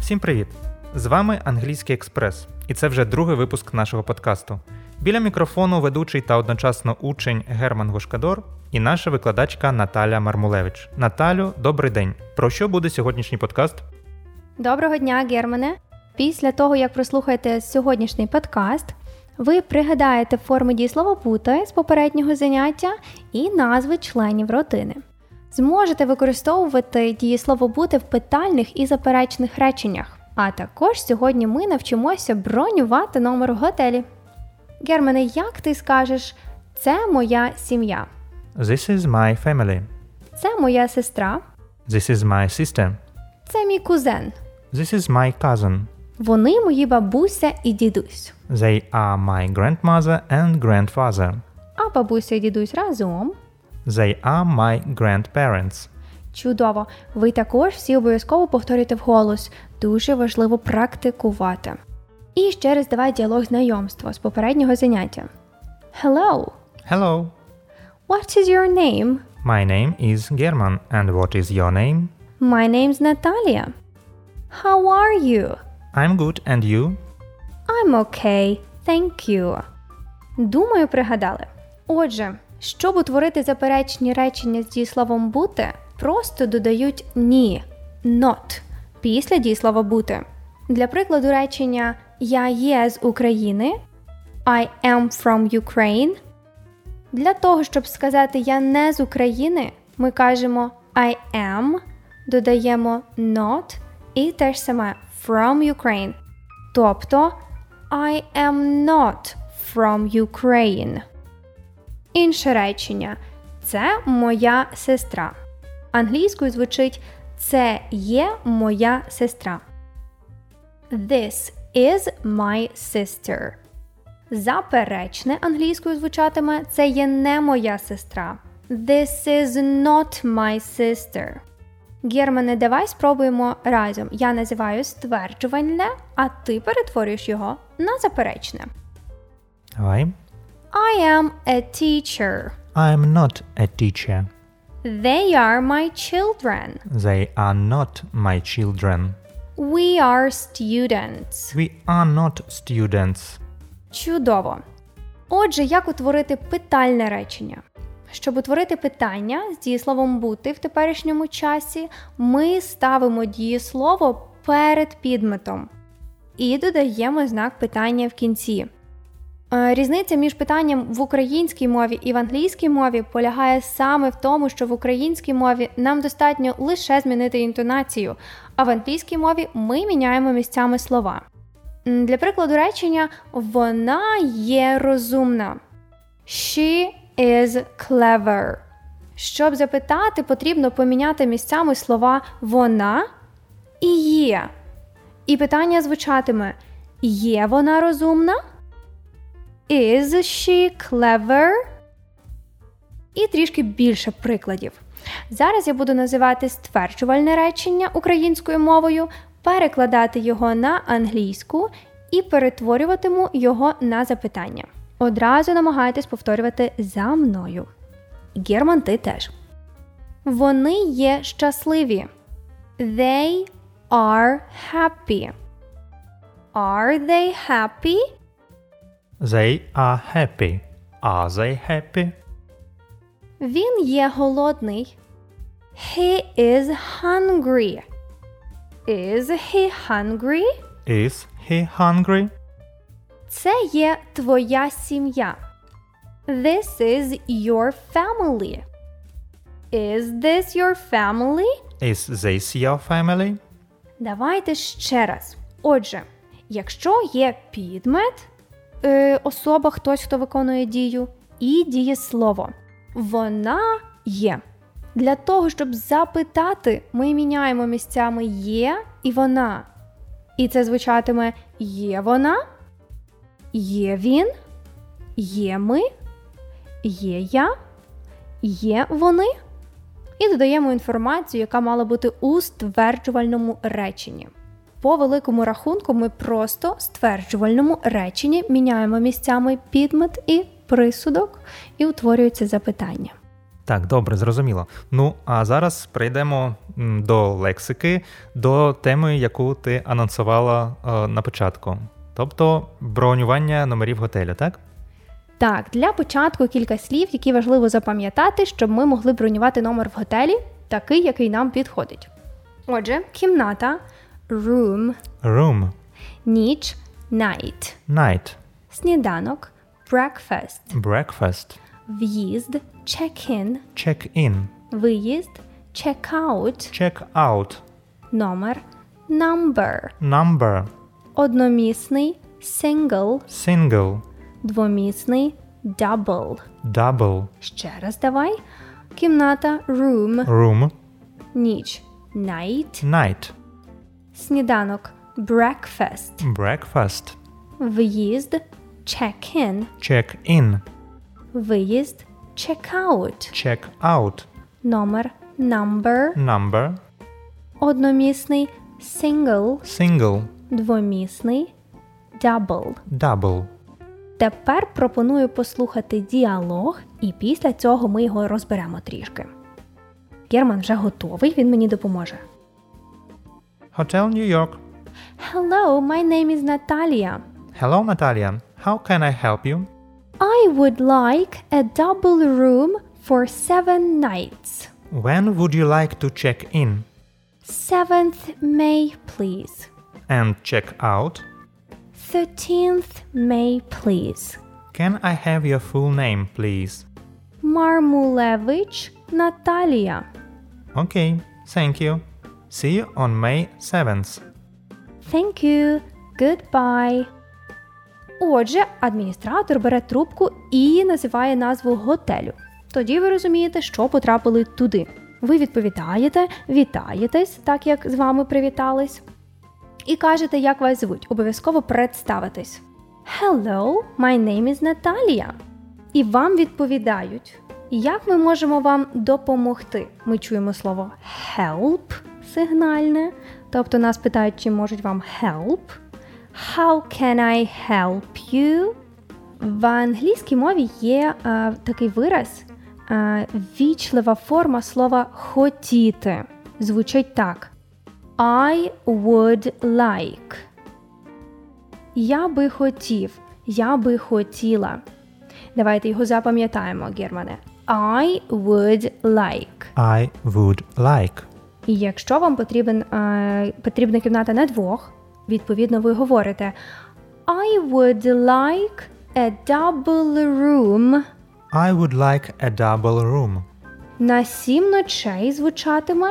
Всім привіт! З вами Англійський Експрес, і це вже другий випуск нашого подкасту. Біля мікрофону ведучий та одночасно учень Герман Гушкадор і наша викладачка Наталя Мармулевич. Наталю, добрий день. Про що буде сьогоднішній подкаст? Доброго дня, Германе! Після того, як прослухаєте сьогоднішній подкаст, ви пригадаєте форми дієслова бути з попереднього заняття і назви членів родини. Зможете використовувати дієслово бути в питальних і заперечних реченнях. А також сьогодні ми навчимося бронювати номер в готелі. Германе, як ти скажеш, це моя сім'я, This is my family. це моя сестра, This is my sister. це мій кузен, This is my cousin. вони мої бабуся і дідусь. They are my grandmother and grandfather. А бабуся і дідусь разом. They are my grandparents. Чудово! Ви також всі обов'язково повторюйте вголос. Дуже важливо практикувати. І ще раз давай діалог знайомства з попереднього заняття. Hello, Hello. what is your name? My name is German, and what is your name? My name's Natalia. How are you? I'm good, and you? I'm okay, thank you. Думаю, пригадали. Отже, щоб утворити заперечні речення з дієсловом бути, просто додають ні not після дієслова бути. Для прикладу речення Я є з України I am from Ukraine. Для того, щоб сказати Я не з України, ми кажемо I am, додаємо not і те ж саме from Ukraine. Тобто I am not from Ukraine. Інше речення це моя сестра. Англійською звучить це є моя сестра. This is my sister. Заперечне англійською звучатиме це є не моя сестра. This is not my sister. Германе, давай спробуємо разом. Я називаю стверджувальне, а ти перетворюєш його на заперечне. Давай. I am a teacher. I'm not a teacher. They are my children. They are not my children. We are students. We are not students. Чудово. Отже, як утворити питальне речення? Щоб утворити питання з дієсловом бути в теперішньому часі, ми ставимо дієслово перед підметом і додаємо знак питання в кінці. Е, Різниця між питанням в українській мові і в англійській мові полягає саме в тому, що в українській мові нам достатньо лише змінити інтонацію, а в англійській мові ми міняємо місцями слова. М, Для прикладу речення вона є розумна. She is clever. Щоб запитати, потрібно поміняти місцями слова вона і є. І питання звучатиме: є вона розумна? Is she clever? І трішки більше прикладів. Зараз я буду називати стверджувальне речення українською мовою, перекладати його на англійську і перетворюватиму його на запитання. Одразу намагайтесь повторювати за мною. Герман, ти теж. Вони є щасливі. They are happy. Are they happy? They are happy. Are they happy? Він є голодний. He is hungry. Is he hungry? Is he hungry? Це є твоя сім'я. This is your family. Is this your family? Is this your family? Давайте ще раз. Отже, якщо є підмет, е, особа, хтось, хто виконує дію, і дієслово. Вона є. Для того, щоб запитати, ми міняємо місцями є і вона. І це звучатиме є вона, є він, є ми, є я, є вони і додаємо інформацію, яка мала бути у стверджувальному реченні. По великому рахунку, ми просто в стверджувальному реченні міняємо місцями підмет і присудок, і утворюється запитання. Так, добре, зрозуміло. Ну а зараз прийдемо м, до лексики, до теми, яку ти анонсувала е, на початку. Тобто бронювання номерів готелю, так? Так, для початку кілька слів, які важливо запам'ятати, щоб ми могли бронювати номер в готелі, такий, який нам підходить. Отже, кімната room, Room, ніч night, night, сніданок breakfast, breakfast, в'їзд check-in, check-in, виїзд check-out, check-out, номер number, number, одномісний single, single, двомісний double. double, Ще раз давай. Кімната room, room, ніч night, night, сніданок breakfast, breakfast, в'їзд check-in, check-in, виїзд check-out, check-out, номер number, number, одномісний single, single, двомісний double. double. Тепер пропоную послухати діалог, і після цього ми його розберемо трішки. Герман вже готовий, він мені допоможе. Hotel New York. Hello, my name is Natalia. Hello, Natalia. How can I help you? I would like a double room for seven nights. When would you like to check in 7th May, please. and check out? 13th May, please. Can I have your full name, please? Marmulevich Natalia. Okay, thank you. See you on May 7th. Thank you. Goodbye. Отже, адміністратор бере трубку і називає назву готелю. Тоді ви розумієте, що потрапили туди. Ви відповідаєте, вітаєтесь, так як з вами привітались, і кажете, як вас звуть. Обов'язково представитесь. Hello, my name is Natalia. І вам відповідають. Як ми можемо вам допомогти? Ми чуємо слово help сигнальне, тобто нас питають, чи можуть вам help. How can I help you? В англійській мові є е, такий вираз е, вічлива форма слова хотіти. Звучить так: I would like. Я би хотів, я би хотіла. Давайте його запам'ятаємо, Германе. I would like. I would like. І якщо вам потрібен, е, потрібна кімната на двох, відповідно, ви говорите I would like a double room. I would like a double room На сім ночей звучатиме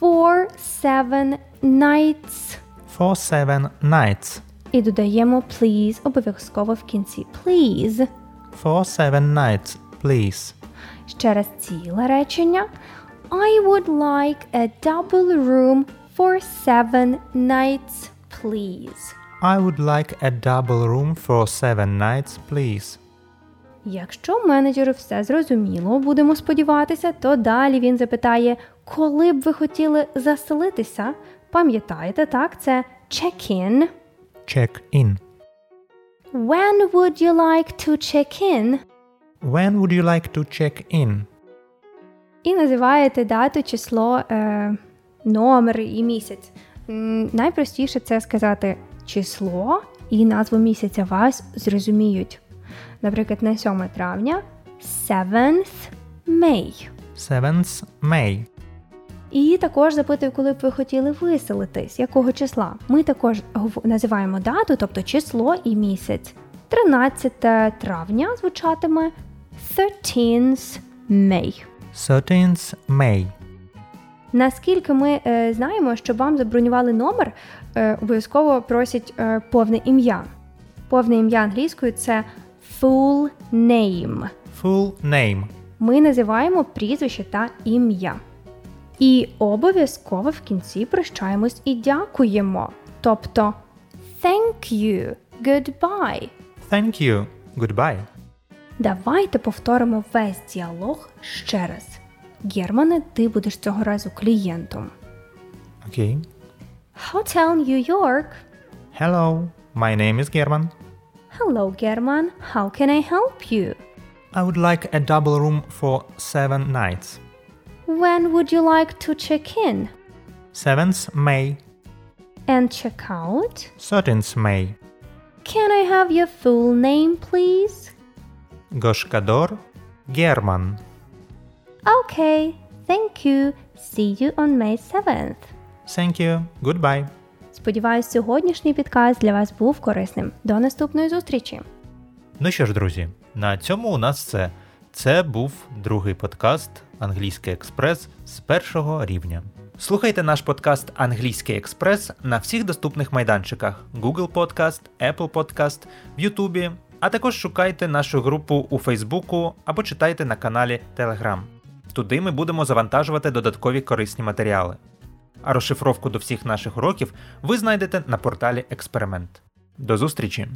for seven nights. for seven nights. І додаємо please обов'язково в кінці. Please. For seven nights, please. Ще раз ціле речення. I would like a double room for seven nights, please. I would like a double room for seven nights, please. Якщо менеджеру все зрозуміло, будемо сподіватися, то далі він запитає, коли б ви хотіли заселитися. Пам'ятаєте, так, це check-in. Check in. When would you like to check in? When would you like to check in? І називаєте дату, число, е, номер і місяць. М, Найпростіше це сказати число і назву місяця вас зрозуміють. Наприклад, на 7 травня 7th May. 7th May. І також запитую, коли б ви хотіли виселитись, якого числа. Ми також гов- називаємо дату, тобто число і місяць. 13 травня звучатиме 13th May. 13th May. Наскільки ми е, знаємо, щоб вам забронювали номер, е, обов'язково просять е, повне ім'я. Повне ім'я англійською це full name. Full name. Ми називаємо прізвище та ім'я. І обов'язково в кінці прощаємось і дякуємо. Тобто thank you, goodbye. Thank you. Goodbye. Давайте повторимо весь діалог ще раз. Германе, ти будеш цього разу клієнтом. Okay. Hotel New York. Hello. My name is German. Hello, German. How can I help you? I would like a double room for seven nights. When would you like to check in 7th May, and check out? 13th May. Can I have your full name, please? Goshkador Герман. Okay, thank you. See you on May 7th. Thank you. Goodbye. Сподіваюсь, сьогоднішній підкаст для вас був корисним. До наступної зустрічі! Ну що ж, друзі, на цьому у нас все. Це був другий подкаст Англійський експрес з першого рівня. Слухайте наш подкаст Англійський експрес на всіх доступних майданчиках: Google Podcast, Apple Podcast, в Ютубі, а також шукайте нашу групу у Фейсбуку або читайте на каналі Telegram. Туди ми будемо завантажувати додаткові корисні матеріали. А розшифровку до всіх наших уроків ви знайдете на порталі Експеримент. До зустрічі!